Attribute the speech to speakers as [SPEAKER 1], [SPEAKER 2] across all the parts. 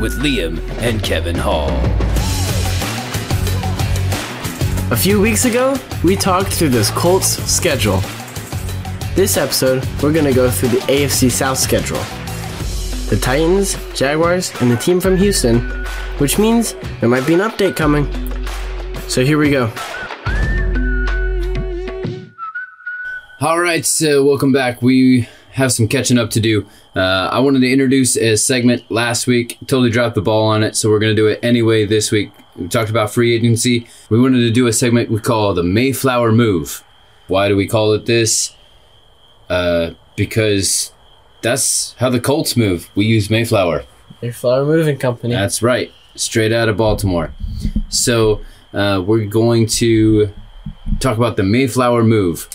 [SPEAKER 1] with Liam and Kevin Hall.
[SPEAKER 2] A few weeks ago, we talked through this Colts schedule. This episode, we're going to go through the AFC South schedule. The Titans, Jaguars, and the team from Houston, which means there might be an update coming. So here we go.
[SPEAKER 1] All right, so welcome back. We have some catching up to do. Uh, I wanted to introduce a segment last week. Totally dropped the ball on it, so we're going to do it anyway this week. We talked about free agency. We wanted to do a segment we call the Mayflower Move. Why do we call it this? Uh, because that's how the Colts move. We use Mayflower.
[SPEAKER 2] Your flower moving company.
[SPEAKER 1] That's right. Straight out of Baltimore. So uh, we're going to talk about the Mayflower move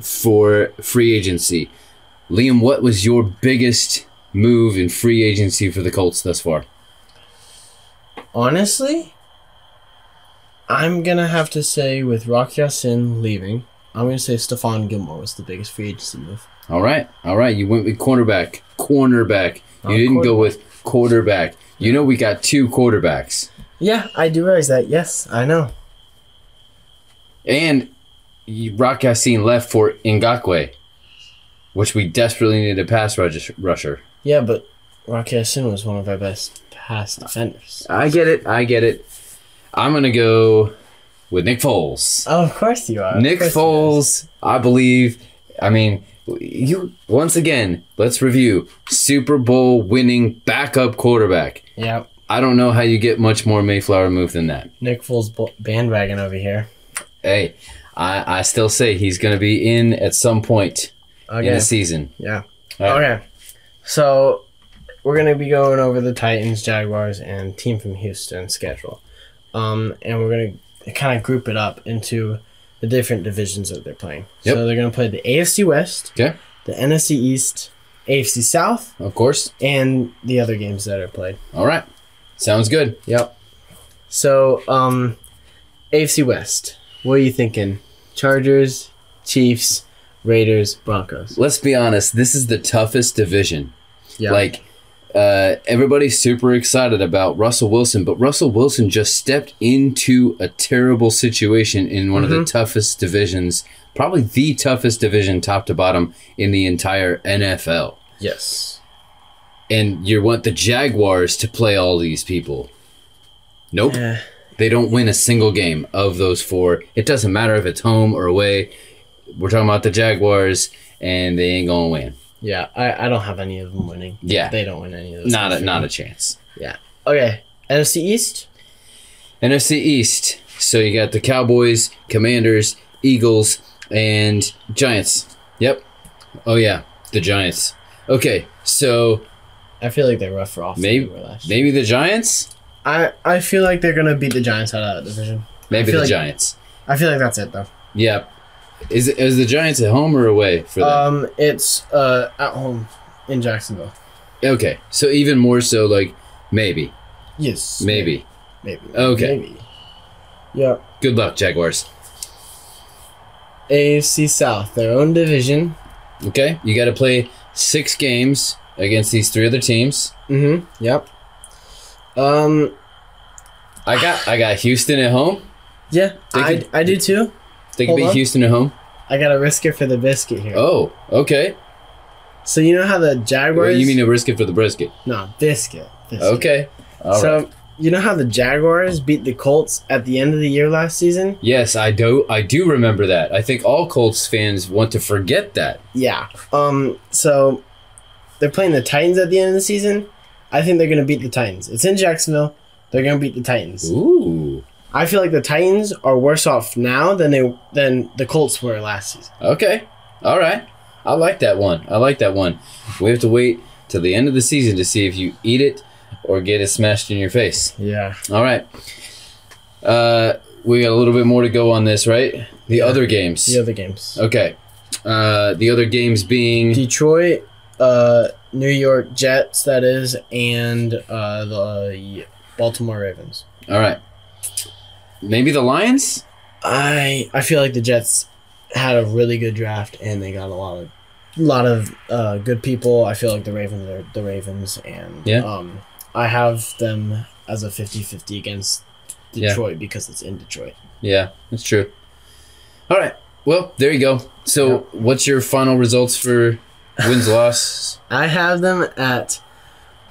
[SPEAKER 1] for free agency. Liam, what was your biggest move in free agency for the Colts thus far?
[SPEAKER 2] Honestly, I'm going to have to say with Rocky Sin leaving, I'm going to say Stefan Gilmore was the biggest free agency move.
[SPEAKER 1] All right, all right. You went with cornerback, cornerback. You
[SPEAKER 2] Oh,
[SPEAKER 1] didn't go with quarterback. You know we got two quarterbacks,
[SPEAKER 2] Yeah, I do realize that. Yes, I know.
[SPEAKER 1] and Rock Cassine left for Ngakwe, which we desperately needed a pass rugis- rusher.
[SPEAKER 2] Yeah, but Rocky Sin was one of our best pass defenders.
[SPEAKER 1] I get it. I get it. I'm gonna go with Nick Foles.
[SPEAKER 2] Oh, of course you are. Of
[SPEAKER 1] Nick
[SPEAKER 2] course he is.
[SPEAKER 1] Foles, I believe. I mean, you once again. Let's review Super Bowl winning backup quarterback.
[SPEAKER 2] Yeah,
[SPEAKER 1] I don't know how you get much more Mayflower move than that.
[SPEAKER 2] Nick Foles bo- bandwagon over here.
[SPEAKER 1] Hey, I, I still say he's gonna be in at some point
[SPEAKER 2] Okay.
[SPEAKER 1] in the season.
[SPEAKER 2] Yeah.
[SPEAKER 1] All right.
[SPEAKER 2] Okay. So we're gonna be going over the Titans, Jaguars, and team from Houston schedule, um, and we're gonna kind of group it up into the different divisions that they're playing.
[SPEAKER 1] Yep.
[SPEAKER 2] So they're gonna play the AFC West,
[SPEAKER 1] Okay,
[SPEAKER 2] the NFC East, AFC South,
[SPEAKER 1] of course.
[SPEAKER 2] and the other games that are played.
[SPEAKER 1] All right, sounds good.
[SPEAKER 2] Yep. So, um, AFC West. What are you thinking? Chargers, Chiefs, Raiders, Broncos.
[SPEAKER 1] Let's be honest. This is the toughest division.
[SPEAKER 2] Yeah.
[SPEAKER 1] Like uh, everybody's super excited about Russell Wilson, but Russell Wilson just stepped into a terrible situation in one of the toughest divisions, probably the toughest division top to bottom in the entire NFL.
[SPEAKER 2] yes.
[SPEAKER 1] And you want the Jaguars to play all these people. Nope.
[SPEAKER 2] Eh.
[SPEAKER 1] They don't win a single game of those four. It doesn't matter if it's home or away. We're talking about the Jaguars, and they ain't going to win.
[SPEAKER 2] Yeah. I, I don't have any of them winning.
[SPEAKER 1] Yeah.
[SPEAKER 2] They don't win any of those.
[SPEAKER 1] Not a, not a chance.
[SPEAKER 2] Yeah. Okay. NFC East.
[SPEAKER 1] NFC East. So you got the Cowboys, Commanders, Eagles, and Giants. Yep. Oh yeah, the Giants. Okay, so
[SPEAKER 2] I feel like they're rough off.
[SPEAKER 1] maybe maybe the Giants.
[SPEAKER 2] I I feel like they're gonna beat the Giants out of that division.
[SPEAKER 1] Maybe
[SPEAKER 2] feel
[SPEAKER 1] the
[SPEAKER 2] like-
[SPEAKER 1] Giants.
[SPEAKER 2] I feel like that's it though.
[SPEAKER 1] Yep. Is is the Giants at home or away for them?
[SPEAKER 2] Um, it's uh at home in Jacksonville.
[SPEAKER 1] okay, so even more so, like maybe,
[SPEAKER 2] Yes.
[SPEAKER 1] maybe.
[SPEAKER 2] Maybe.
[SPEAKER 1] Okay.
[SPEAKER 2] Maybe. Yeah.
[SPEAKER 1] Good luck, Jaguars.
[SPEAKER 2] AFC South, their own division.
[SPEAKER 1] Okay, you got to play six games against these three other teams.
[SPEAKER 2] Mm-hmm. Yep. Um.
[SPEAKER 1] I got I got Houston at home.
[SPEAKER 2] Yeah,
[SPEAKER 1] They
[SPEAKER 2] I,
[SPEAKER 1] could-
[SPEAKER 2] I do too.
[SPEAKER 1] They can
[SPEAKER 2] Hold
[SPEAKER 1] beat
[SPEAKER 2] on.
[SPEAKER 1] Houston at home.
[SPEAKER 2] I got a risk it for the biscuit here.
[SPEAKER 1] Oh, okay.
[SPEAKER 2] So you know how the
[SPEAKER 1] Well,
[SPEAKER 2] Jaguars?
[SPEAKER 1] you mean a brisket for the brisket?
[SPEAKER 2] no biscuit? biscuit.
[SPEAKER 1] Okay. All right.
[SPEAKER 2] so you know how the Jaguars beat the Colts at the end of the year last season?
[SPEAKER 1] yes, I do. I do remember that. I think all Colts fans want to forget that.
[SPEAKER 2] Yeah. Um. So they're playing the Titans at the end of the season. I think they're gonna beat the Titans. It's in Jacksonville. They're gonna beat the Titans.
[SPEAKER 1] Ooh.
[SPEAKER 2] I feel like the Titans are worse off now than they than the Colts were last season.
[SPEAKER 1] Okay. All right. I like that one. I like that one. We have to wait till the end of the season to see if you eat it or get it smashed in your face.
[SPEAKER 2] Yeah.
[SPEAKER 1] All right. Uh, we got a little bit more to go on this, right? The other games.
[SPEAKER 2] The other games.
[SPEAKER 1] Okay. Uh, the other games being
[SPEAKER 2] Detroit, uh, New York Jets, that is, and uh, the uh, Baltimore Ravens.
[SPEAKER 1] all right. Maybe the Lions.
[SPEAKER 2] I I feel like the Jets had a really good draft and they got a lot of lot of uh, good people. I feel like the Ravens are the Ravens and
[SPEAKER 1] Yeah.
[SPEAKER 2] um I have them as a 50-50 against
[SPEAKER 1] Yeah.
[SPEAKER 2] Detroit because it's in Detroit.
[SPEAKER 1] Yeah, that's true. All right. Well, there you go. So, what's your final results for wins loss?
[SPEAKER 2] I have them at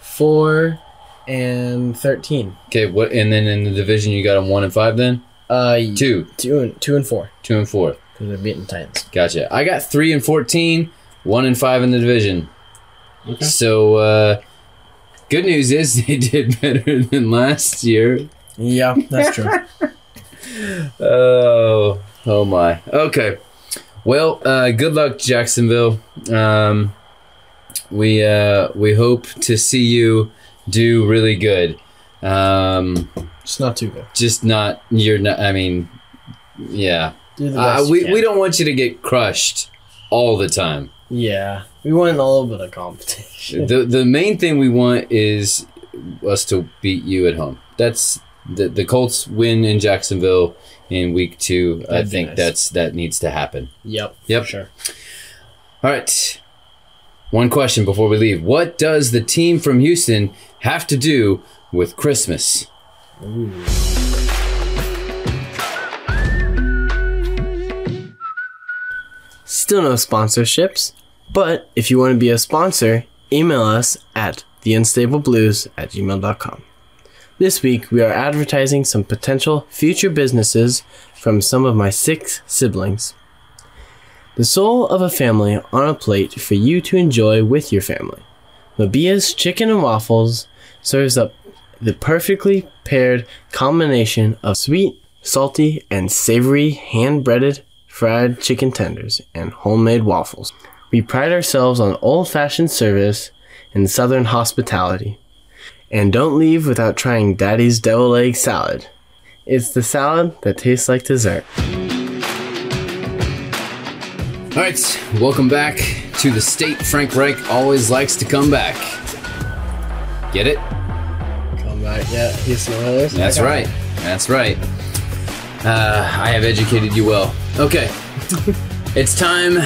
[SPEAKER 2] 4 and 13.
[SPEAKER 1] Okay. What? And then in the division, you got them one and five. Then
[SPEAKER 2] Uh
[SPEAKER 1] two,
[SPEAKER 2] 2 and 2 and 4
[SPEAKER 1] two and four.
[SPEAKER 2] cuz they're beating Titans.
[SPEAKER 1] Gotcha. I got three and fourteen, one and five in the division. Okay. So, uh, good news is they did better than last year.
[SPEAKER 2] Yeah, that's true.
[SPEAKER 1] Oh, oh my. Okay. Well, uh, good luck, Jacksonville. Um, we uh, we hope to see you do really good. Um,
[SPEAKER 2] it's not too good.
[SPEAKER 1] just not you're not. I mean, yeah.
[SPEAKER 2] Do the
[SPEAKER 1] Uh,
[SPEAKER 2] best you
[SPEAKER 1] we
[SPEAKER 2] can.
[SPEAKER 1] we don't want you to get crushed all the time.
[SPEAKER 2] Yeah, we want a little bit of competition.
[SPEAKER 1] the The main thing we want is us to beat you at home. That's the the Colts win in Jacksonville in week 2
[SPEAKER 2] That'd
[SPEAKER 1] I
[SPEAKER 2] be
[SPEAKER 1] think
[SPEAKER 2] nice.
[SPEAKER 1] that's that needs to happen.
[SPEAKER 2] yep.
[SPEAKER 1] Yep.
[SPEAKER 2] Sure.
[SPEAKER 1] All right. One question before we leave. What does the team from Houston have to do with Christmas?
[SPEAKER 2] Still no sponsorships, but if you want to be a sponsor, email us at theinstableblues at gmail.com. This week, we are advertising some potential future businesses from some of my six siblings. The soul of a family on a plate for you to enjoy with your family. Mabia's Chicken and Waffles serves up the perfectly paired combination of sweet, salty, and savory hand breaded fried chicken tenders and homemade waffles. We pride ourselves on old fashioned service and southern hospitality. And don't leave without trying Daddy's Devil Egg Salad. It's the salad that tastes like dessert.
[SPEAKER 1] All right, welcome back to the state Frank Reich always likes to come back. Get it?
[SPEAKER 2] Come back, yeah, Houston Oilers.
[SPEAKER 1] That's right. That's right. Uh, I have educated you well. Okay. it's time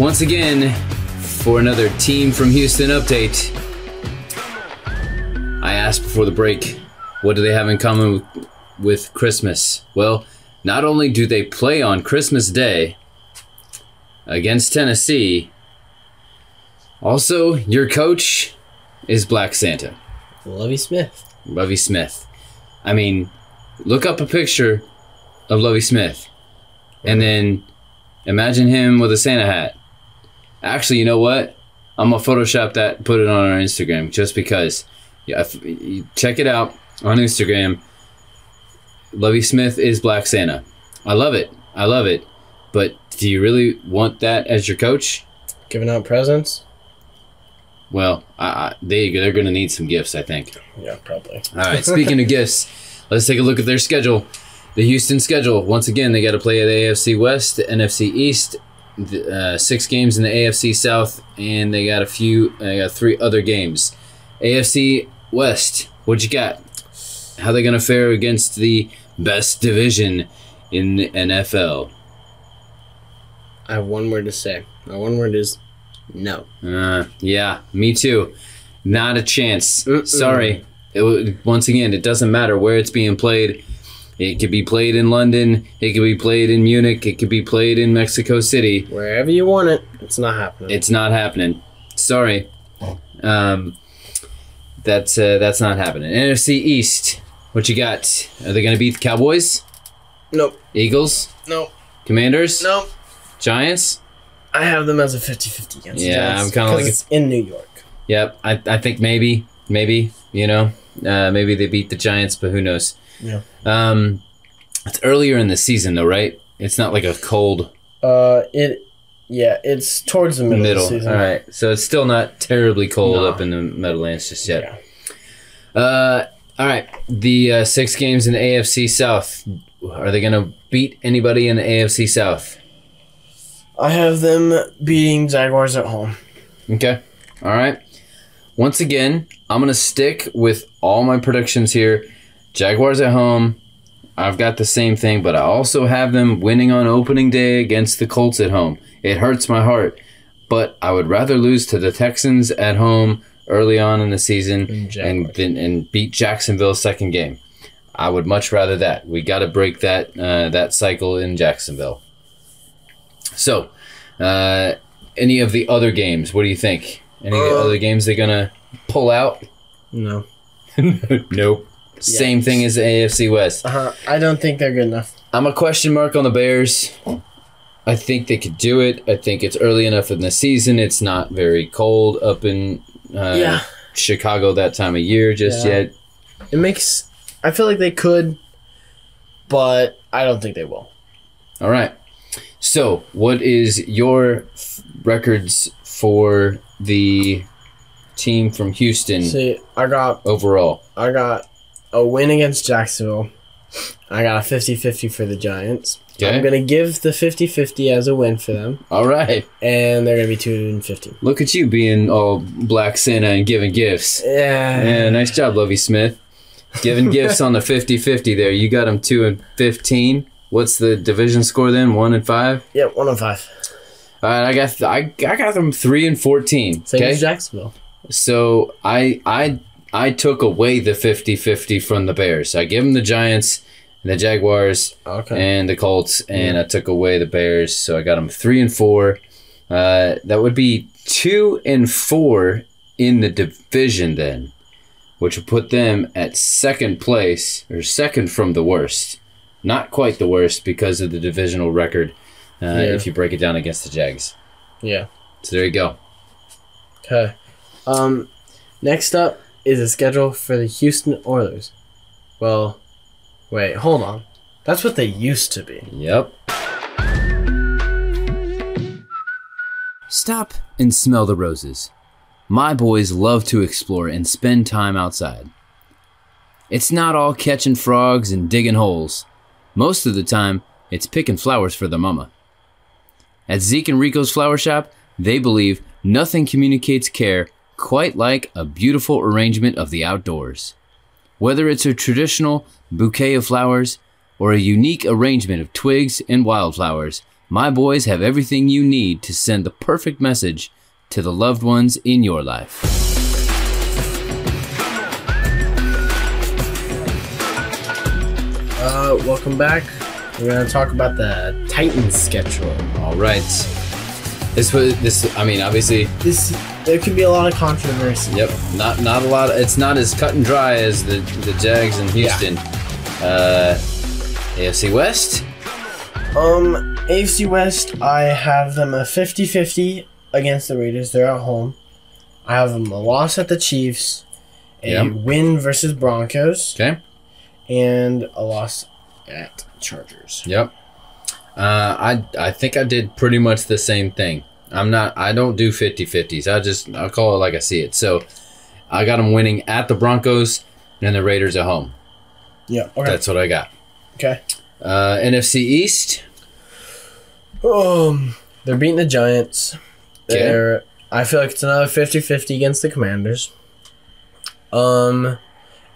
[SPEAKER 1] once again for another team from Houston update. I asked before the break, what do they have in common with, with Christmas? Well, not only do they play on Christmas Day against Tennessee, also your coach is Black Santa.
[SPEAKER 2] Lovey Smith.
[SPEAKER 1] Lovey Smith. I mean, look up a picture of Lovey Smith and then imagine him with a Santa hat. Actually, you know what? I'm going to Photoshop that, put it on our Instagram just because. Yeah, if you check it out on Instagram. Lovey Smith is Black Santa. I love it. I love it. But do you really want that as your coach?
[SPEAKER 2] Giving out presents?
[SPEAKER 1] Well, I, I, they, they're going to need some gifts, I think.
[SPEAKER 2] Yeah, probably.
[SPEAKER 1] All right. Speaking of gifts, let's take a look at their schedule. The Houston schedule. Once again, they got to play the AFC West, the NFC East, the, uh, six games in the AFC South, and they got a few. They got three other games. AFC West. What you got? How they gonna fare against the best division in the NFL?
[SPEAKER 2] I have one word to say. My one word is no.
[SPEAKER 1] Uh, yeah, me too. Not a chance.
[SPEAKER 2] Mm-mm.
[SPEAKER 1] Sorry. It, wa- once again, it doesn't matter where it's being played. It could be played in London. It could be played in Munich. It could be played in Mexico City.
[SPEAKER 2] Wherever you want it, it's not happening.
[SPEAKER 1] It's not happening. Sorry. Um, that's uh, that's not happening. NFC East. What you got? Are they going to beat the Cowboys?
[SPEAKER 2] nope.
[SPEAKER 1] Eagles?
[SPEAKER 2] Nope.
[SPEAKER 1] Commanders?
[SPEAKER 2] Nope.
[SPEAKER 1] Giants?
[SPEAKER 2] I have them as a 50-50 against the
[SPEAKER 1] Yeah,
[SPEAKER 2] Giants
[SPEAKER 1] I'm kinda
[SPEAKER 2] because
[SPEAKER 1] like-
[SPEAKER 2] it's in New York.
[SPEAKER 1] Yep. I, I think maybe maybe you know uh, maybe they beat the Giants, but who knows?
[SPEAKER 2] Yeah.
[SPEAKER 1] Um, it's earlier in the season though, right? It's not like a cold
[SPEAKER 2] Uh, it. Yeah, it's towards the middle,
[SPEAKER 1] middle.
[SPEAKER 2] of the season.
[SPEAKER 1] All right, so it's still not terribly cold
[SPEAKER 2] No.
[SPEAKER 1] up in the Meadowlands just yet.
[SPEAKER 2] Yeah.
[SPEAKER 1] Uh, all right. The uh, six games in the AFC South. Are they going to beat anybody in the AFC South?
[SPEAKER 2] I have them beating Jaguars at home.
[SPEAKER 1] Okay. All right. Once again, I'm going to stick with all my predictions here. Jaguars at home. I've got the same thing, but I also have them winning on opening day against the Colts at home. It hurts my heart, but I would rather lose to the Texans at home early on in the season and then and beat Jacksonville's second game. I would much rather that. We got to break that uh, that cycle in Jacksonville. So, uh, any of the other games? What do you think? Any of the
[SPEAKER 2] Uh,
[SPEAKER 1] other games they're gonna pull out?
[SPEAKER 2] No.
[SPEAKER 1] nope. Same thing as the AFC West.
[SPEAKER 2] Uh-huh. I don't think they're good enough.
[SPEAKER 1] I'm a question mark on the Bears. I think they could do it. I think it's early enough in the season. It's not very cold up in uh,
[SPEAKER 2] Yeah.
[SPEAKER 1] Chicago that time of year just
[SPEAKER 2] Yeah.
[SPEAKER 1] yet.
[SPEAKER 2] It makes. I feel like they could, but I don't think they will.
[SPEAKER 1] All right. So, what is your f- records for the team from Houston
[SPEAKER 2] See, I got
[SPEAKER 1] overall?
[SPEAKER 2] I got a win against Jacksonville. I got a 50-50 for the Giants.
[SPEAKER 1] Okay.
[SPEAKER 2] I'm gonna give the 50-50 as a win for them,
[SPEAKER 1] All right.
[SPEAKER 2] and they're gonna be two and fifteen.
[SPEAKER 1] Look at you being all black Santa and giving gifts.
[SPEAKER 2] Yeah.
[SPEAKER 1] Yeah, nice job, Lovey Smith. Giving gifts on the 50 50 there. You got them 2 and 15. What's the division score then? 1 and 5?
[SPEAKER 2] Yep. One on five.
[SPEAKER 1] All right, I got, I, I got them 3 and 14.
[SPEAKER 2] Same
[SPEAKER 1] okay.
[SPEAKER 2] as Jacksonville.
[SPEAKER 1] So I, I, I took away the 50 50 from the Bears. I gave them the Giants and the Jaguars
[SPEAKER 2] Okay.
[SPEAKER 1] and the Colts, and I took away the Bears. So I got them 3 and 4. Uh, that would be 2 and 4 in the division then which would put them at second place or second from the worst. Not quite the worst because of the divisional record uh, if you break it down against the Jags.
[SPEAKER 2] yeah.
[SPEAKER 1] So there you go.
[SPEAKER 2] Okay. Um, next up is a schedule for the Houston Oilers. Well, wait, hold on. That's what they used to be.
[SPEAKER 1] Yep. Stop and smell the roses. My boys love to explore and spend time outside. It's not all catching frogs and digging holes. Most of the time, it's picking flowers for their mama. At Zeke and Rico's Flower Shop, they believe nothing communicates care quite like a beautiful arrangement of the outdoors. Whether it's a traditional bouquet of flowers or a unique arrangement of twigs and wildflowers, my boys have everything you need to send the perfect message to the loved ones in your life.
[SPEAKER 2] Uh, welcome back. We're gonna talk about the Titans schedule.
[SPEAKER 1] All right. This was this. I mean, obviously,
[SPEAKER 2] This there could be a lot of controversy.
[SPEAKER 1] yep. Not not a lot. It's not as cut and dry as the the Jags in Houston. Uh, AFC West.
[SPEAKER 2] Um, AFC West, I have them a 50-50 against the Raiders. They're at home. I have them a loss at the Chiefs, a
[SPEAKER 1] Yeah.
[SPEAKER 2] win versus Broncos,
[SPEAKER 1] Okay.
[SPEAKER 2] and a loss at Chargers.
[SPEAKER 1] Yep. Uh, I I think I did pretty much the same thing. I'm not. I don't do 50-50s. I just I call it like I see it. So I got them winning at the Broncos and the Raiders at home.
[SPEAKER 2] Yeah. Okay.
[SPEAKER 1] That's what I got.
[SPEAKER 2] okay.
[SPEAKER 1] Uh, NFC East.
[SPEAKER 2] Um, they're beating the Giants.
[SPEAKER 1] Okay.
[SPEAKER 2] They're. I feel like it's another 50-50 against the Commanders. Um,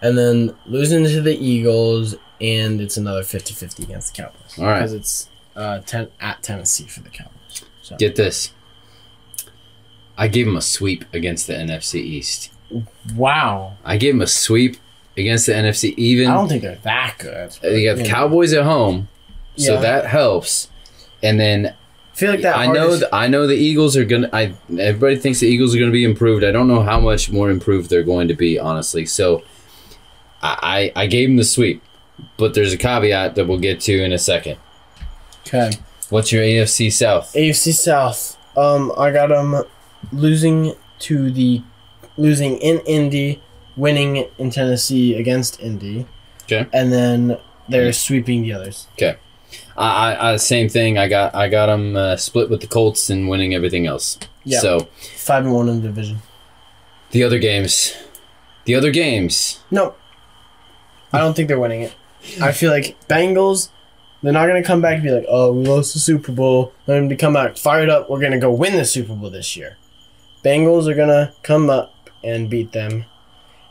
[SPEAKER 2] and then losing to the Eagles, and it's another 50-50 against the Cowboys
[SPEAKER 1] All right.
[SPEAKER 2] because it's uh ten at Tennessee for the Cowboys. So.
[SPEAKER 1] Get this. I gave them a sweep against the NFC East.
[SPEAKER 2] Wow,
[SPEAKER 1] I gave them a sweep against the NFC.
[SPEAKER 2] I
[SPEAKER 1] Even
[SPEAKER 2] don't think they're that good.
[SPEAKER 1] they got the
[SPEAKER 2] Yeah.
[SPEAKER 1] Cowboys at home, so
[SPEAKER 2] Yeah.
[SPEAKER 1] that helps. And then
[SPEAKER 2] I feel like that.
[SPEAKER 1] I know.
[SPEAKER 2] hardest-
[SPEAKER 1] th- I know the Eagles are gonna. I everybody thinks the Eagles are gonna be improved. I don't know how much more improved they're going to be, honestly. So, I I, I gave them the sweep, but there's a caveat that we'll get to in a second.
[SPEAKER 2] Okay.
[SPEAKER 1] What's your AFC South?
[SPEAKER 2] AFC South. Um, I got them losing to the losing in Indy, winning in Tennessee against Indy.
[SPEAKER 1] Okay.
[SPEAKER 2] And then they're sweeping the others.
[SPEAKER 1] I, I, I same thing. I got I got them uh, split with the Colts and winning everything else.
[SPEAKER 2] Yeah.
[SPEAKER 1] So
[SPEAKER 2] Five and one in the division.
[SPEAKER 1] the other games, The other games.
[SPEAKER 2] No. I don't think they're winning it. I feel like Bengals, they're not going to come back and be like, oh, we lost the Super Bowl. They're going to come out fired up. We're going to go win the Super Bowl this year. Bengals are going to come up and beat them.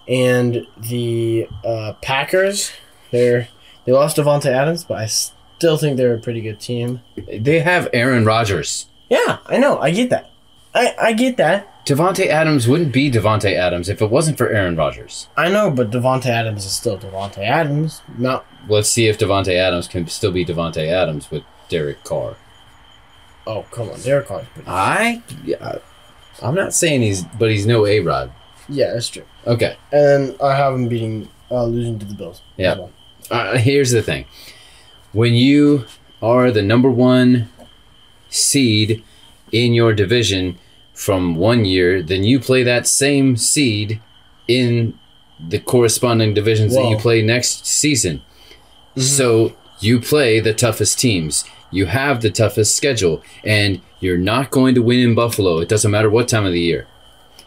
[SPEAKER 2] And the uh, Packers, they're they lost Devonta Adams, but I still think they're a pretty good team.
[SPEAKER 1] They have Aaron Rodgers.
[SPEAKER 2] Yeah, I know. I get that. I, I get that.
[SPEAKER 1] Devonte Adams wouldn't be Devonte Adams if it wasn't for Aaron Rodgers.
[SPEAKER 2] I know, but Devonte Adams is still Devonte Adams. Not
[SPEAKER 1] Let's see if Devonte Adams can still be Devonte Adams with Derek Carr.
[SPEAKER 2] oh come on, Derek Carr's pretty.
[SPEAKER 1] I, yeah, I'm not saying he's, but he's no A Rod.
[SPEAKER 2] Yeah, that's true.
[SPEAKER 1] Okay.
[SPEAKER 2] And then I have him beating uh, losing to the Bills.
[SPEAKER 1] Yeah. Uh, here's the thing: when you are the number one seed in your division from one year, then you play that same seed in the corresponding divisions that you
[SPEAKER 2] Whoa.
[SPEAKER 1] play next season. So you play the toughest teams. You have the toughest schedule, and you're not going to win in Buffalo. It doesn't matter what time of the year.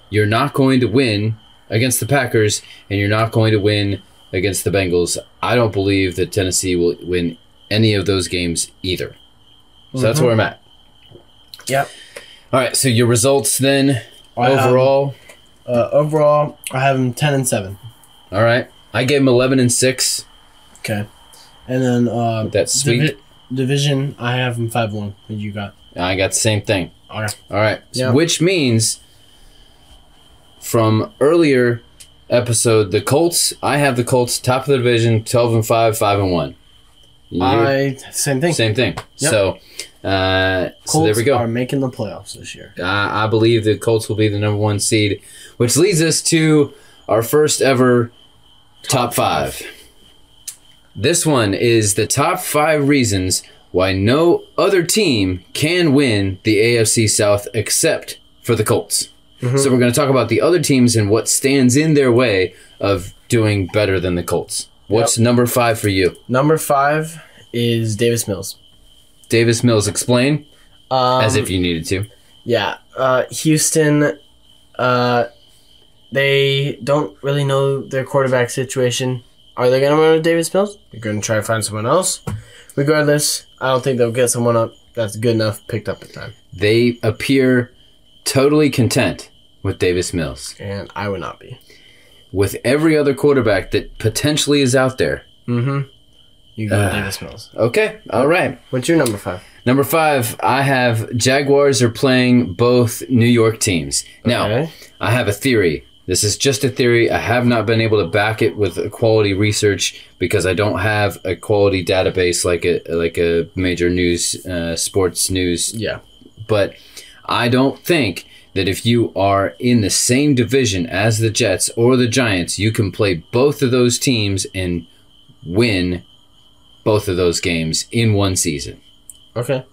[SPEAKER 1] You're not going to win against the Packers, and you're not going to win against the Bengals. I don't believe that Tennessee will win any of those games either. So that's where I'm at.
[SPEAKER 2] Yep.
[SPEAKER 1] All right. So your results then
[SPEAKER 2] I, um,
[SPEAKER 1] overall.
[SPEAKER 2] Uh, overall, I have him ten and seven.
[SPEAKER 1] all right. I gave them 11 and six.
[SPEAKER 2] Okay. And then uh,
[SPEAKER 1] That sweep.
[SPEAKER 2] division, I have him five one. What you got?
[SPEAKER 1] I got the same thing.
[SPEAKER 2] Okay.
[SPEAKER 1] All right.
[SPEAKER 2] Yeah.
[SPEAKER 1] Which means from earlier episode, the Colts, I have the Colts top of the division, 12 and 5, 5 and 1. You-
[SPEAKER 2] I same thing.
[SPEAKER 1] same thing. So, uh, so there
[SPEAKER 2] Colts
[SPEAKER 1] we go.
[SPEAKER 2] are making the playoffs this year.
[SPEAKER 1] I, I believe the Colts will be the number one seed, which leads us to our first ever top, five. This one is the top five reasons why no other team can win the AFC South except for the Colts. So we're going to talk about the other teams and what stands in their way of doing better than the Colts. What's number five for you?
[SPEAKER 2] Number five is Davis Mills.
[SPEAKER 1] Davis Mills, explain
[SPEAKER 2] Um,
[SPEAKER 1] as if you needed to.
[SPEAKER 2] Yeah, uh, Houston. Uh, they don't really know their quarterback situation. Are they going to run with Davis Mills? They're going to try to find someone else. Regardless, I don't think they'll get someone up that's good enough picked up in time,
[SPEAKER 1] They appear totally content with Davis Mills.
[SPEAKER 2] and I would not be.
[SPEAKER 1] with every other quarterback that potentially is out there.
[SPEAKER 2] Mm-hmm. You go Davis Mills.
[SPEAKER 1] Okay, all right.
[SPEAKER 2] What's your number five?
[SPEAKER 1] Number five, I have Jaguars are playing both New York teams. Now,
[SPEAKER 2] Okay.
[SPEAKER 1] I have a theory. This is just a theory. I have not been able to back it with quality research because I don't have a quality database like a like a major news uh, sports news
[SPEAKER 2] Yeah.
[SPEAKER 1] but I don't think that if you are in the same division as the Jets or the Giants, you can play both of those teams and win both of those games in one season.
[SPEAKER 2] Okay.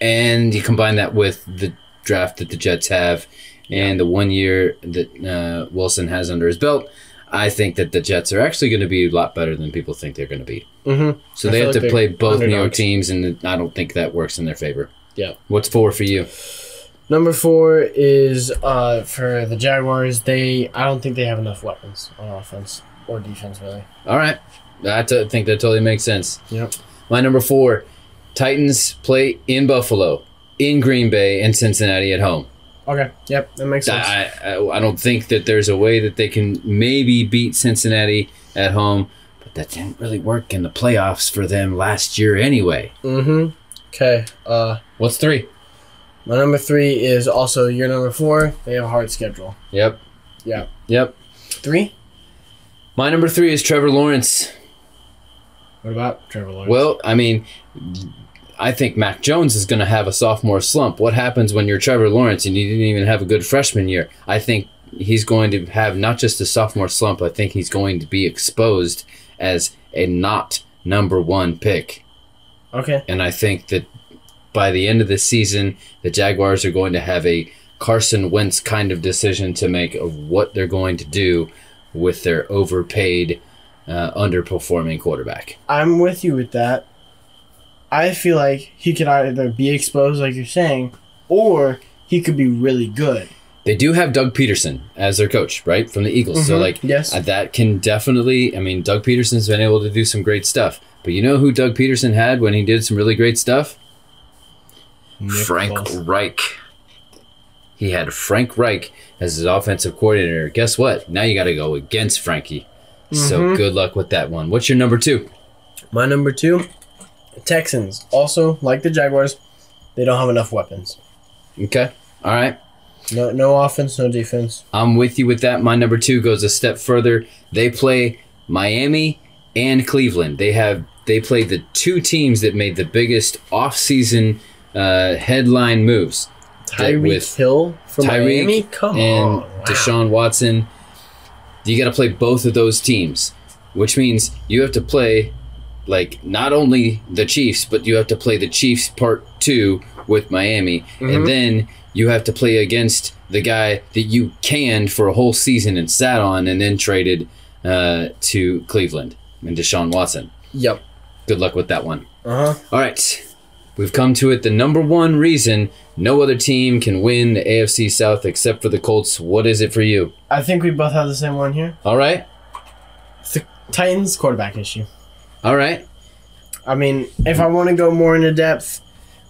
[SPEAKER 1] And you combine that with the draft that the Jets have and the one year that uh, Wilson has under his belt. I think that the Jets are actually going to be a lot better than people think they're going to be.
[SPEAKER 2] Mm-hmm.
[SPEAKER 1] So
[SPEAKER 2] I
[SPEAKER 1] they
[SPEAKER 2] feel like
[SPEAKER 1] have to
[SPEAKER 2] they're
[SPEAKER 1] play both New York
[SPEAKER 2] underdogs.
[SPEAKER 1] teams, and I don't think that works in their favor.
[SPEAKER 2] Yeah.
[SPEAKER 1] What's four for you?
[SPEAKER 2] Number four is uh, for the Jaguars. They I don't think they have enough weapons on offense or defense really.
[SPEAKER 1] All right. I t- think that totally makes sense.
[SPEAKER 2] Yep.
[SPEAKER 1] My number four Titans play in Buffalo, in Green Bay, and Cincinnati at home.
[SPEAKER 2] Okay. Yep. That makes sense.
[SPEAKER 1] I, I, I don't think that there's a way that they can maybe beat Cincinnati at home, but that didn't really work in the playoffs for them last year anyway.
[SPEAKER 2] Mm-hmm. Okay. Uh,
[SPEAKER 1] What's three?
[SPEAKER 2] my number three is also your number four. They have a hard schedule.
[SPEAKER 1] Yep.
[SPEAKER 2] Yeah.
[SPEAKER 1] Yep.
[SPEAKER 2] Three.
[SPEAKER 1] My number three is Trevor Lawrence.
[SPEAKER 2] What about Trevor Lawrence?
[SPEAKER 1] Well, I mean, I think Mac Jones is going to have a sophomore slump. What happens when you're Trevor Lawrence and you didn't even have a good freshman year? I think he's going to have not just a sophomore slump, I think he's going to be exposed as a not number one pick.
[SPEAKER 2] okay.
[SPEAKER 1] And I think that by the end of the season, the Jaguars are going to have a Carson Wentz kind of decision to make of what they're going to do with their overpaid, uh, underperforming quarterback.
[SPEAKER 2] I'm with you with that. I feel like he could either be exposed, like you're saying, or he could be really good.
[SPEAKER 1] They do have Doug Peterson as their coach, right, from the Eagles. So like,
[SPEAKER 2] yes.
[SPEAKER 1] uh, that can definitely. I mean, Doug Peterson's been able to do some great stuff. But you know who Doug Peterson had when he did some really great stuff? Frank Reich. He had Frank Reich as his offensive coordinator. Guess what? Now you got to go against Frankie. So good luck with that one. What's your number two?
[SPEAKER 2] My number two, Texans. Also, like the Jaguars, they don't have enough weapons.
[SPEAKER 1] Okay. All right.
[SPEAKER 2] No, no offense, no defense.
[SPEAKER 1] I'm with you with that. My number two goes a step further. They play Miami and Cleveland. They have they play the two teams that made the biggest offseason uh, headline moves. That
[SPEAKER 2] Tyreek Hill from Miami.
[SPEAKER 1] Tyreek
[SPEAKER 2] Come
[SPEAKER 1] and
[SPEAKER 2] on, Oh, wow.
[SPEAKER 1] Deshaun Watson. You got to play both of those teams, which means you have to play like not only the Chiefs, but you have to play the Chiefs part two with Miami, and then you have to play against the guy that you canned for a whole season and sat on, and then traded uh, to Cleveland and Deshaun Watson.
[SPEAKER 2] Yep.
[SPEAKER 1] Good luck with that one.
[SPEAKER 2] Uh huh.
[SPEAKER 1] All right. We've come to it. The number one reason no other team can win the AFC South except for the Colts. What is it for you?
[SPEAKER 2] I think we both have the same one here.
[SPEAKER 1] All right.
[SPEAKER 2] The Titans quarterback issue.
[SPEAKER 1] All right.
[SPEAKER 2] I mean, if I want to go more into depth,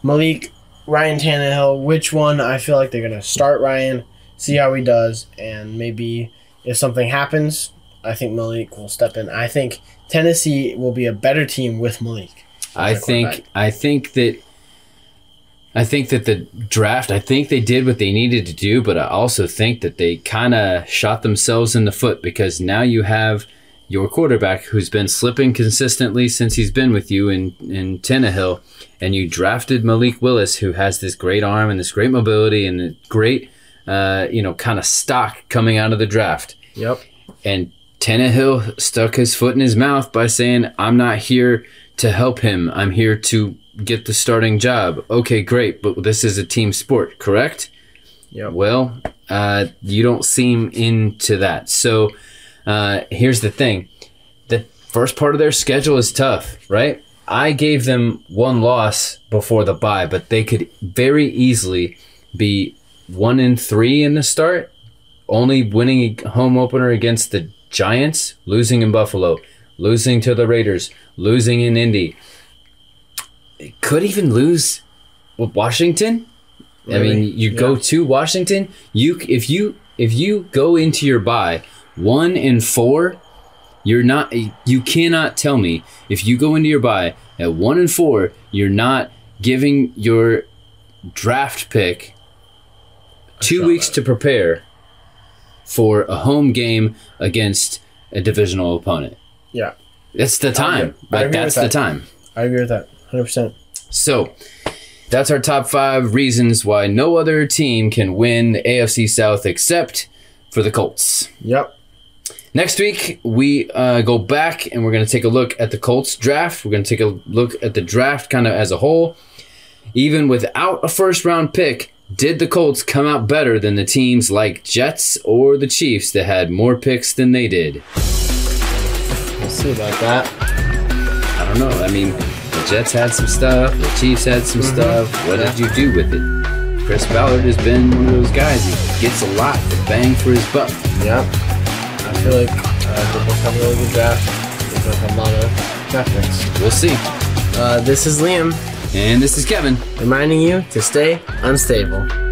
[SPEAKER 2] Malik, Ryan Tannehill, which one? I feel like they're gonna start Ryan, see how he does, and maybe if something happens, I think Malik will step in. I think Tennessee will be a better team with Malik.
[SPEAKER 1] I
[SPEAKER 2] Another
[SPEAKER 1] think
[SPEAKER 2] quarterback.
[SPEAKER 1] I think that I think that the draft I think they did what they needed to do, but I also think that they kind of shot themselves in the foot because now you have your quarterback who's been slipping consistently since he's been with you in in Tannehill, and you drafted Malik Willis who has this great arm and this great mobility and a great uh, you know kind of stock coming out of the draft
[SPEAKER 2] Yep.
[SPEAKER 1] and Tannehill stuck his foot in his mouth by saying, "I'm not here to help him. I'm here to get the starting job." Okay, great, but this is a team sport, correct?
[SPEAKER 2] Yep.
[SPEAKER 1] Well, uh, you don't seem into that. So uh, here's the thing: the first part of their schedule is tough, right? I gave them one loss before the bye, but they could very easily be one and three in the start only winning a home opener against the Giants, losing in Buffalo, losing to the Raiders, losing in Indy. They could even lose with Washington. I
[SPEAKER 2] Really?
[SPEAKER 1] mean, you go
[SPEAKER 2] Yeah.
[SPEAKER 1] to Washington. You if you if you go into your bye one and four, you're not. You cannot tell me if you go into your bye at one and four, you're not giving your draft pick two weeks to prepare for a home game against a divisional opponent.
[SPEAKER 2] Oh, Yeah.
[SPEAKER 1] That's the
[SPEAKER 2] agree.
[SPEAKER 1] time.
[SPEAKER 2] I
[SPEAKER 1] Like
[SPEAKER 2] agree
[SPEAKER 1] that's
[SPEAKER 2] with
[SPEAKER 1] the
[SPEAKER 2] that.
[SPEAKER 1] time.
[SPEAKER 2] I agree with that. Hundred percent.
[SPEAKER 1] So that's our top five reasons why no other team can win the AFC South except for the Colts.
[SPEAKER 2] Yep.
[SPEAKER 1] Next week, we uh, go back and we're going to take a look at the Colts draft. We're going to take a look at the draft kind of as a whole. Even without a first round pick, did the Colts come out better than the teams like Jets or the Chiefs that had more picks than they did?
[SPEAKER 2] We'll see about that.
[SPEAKER 1] I don't know. I mean, the Jets had some stuff, the Chiefs had some
[SPEAKER 2] Mm-hmm.
[SPEAKER 1] stuff. What did you do with it? Chris Ballard has been one of those guys. He gets a lot to bang for his buck.
[SPEAKER 2] Yep. I feel like uh, they both have a really good draft. They both have a lot of draft picks.
[SPEAKER 1] We'll see.
[SPEAKER 2] Uh, this is Liam
[SPEAKER 1] And this is Kevin.
[SPEAKER 2] reminding you to stay unstable.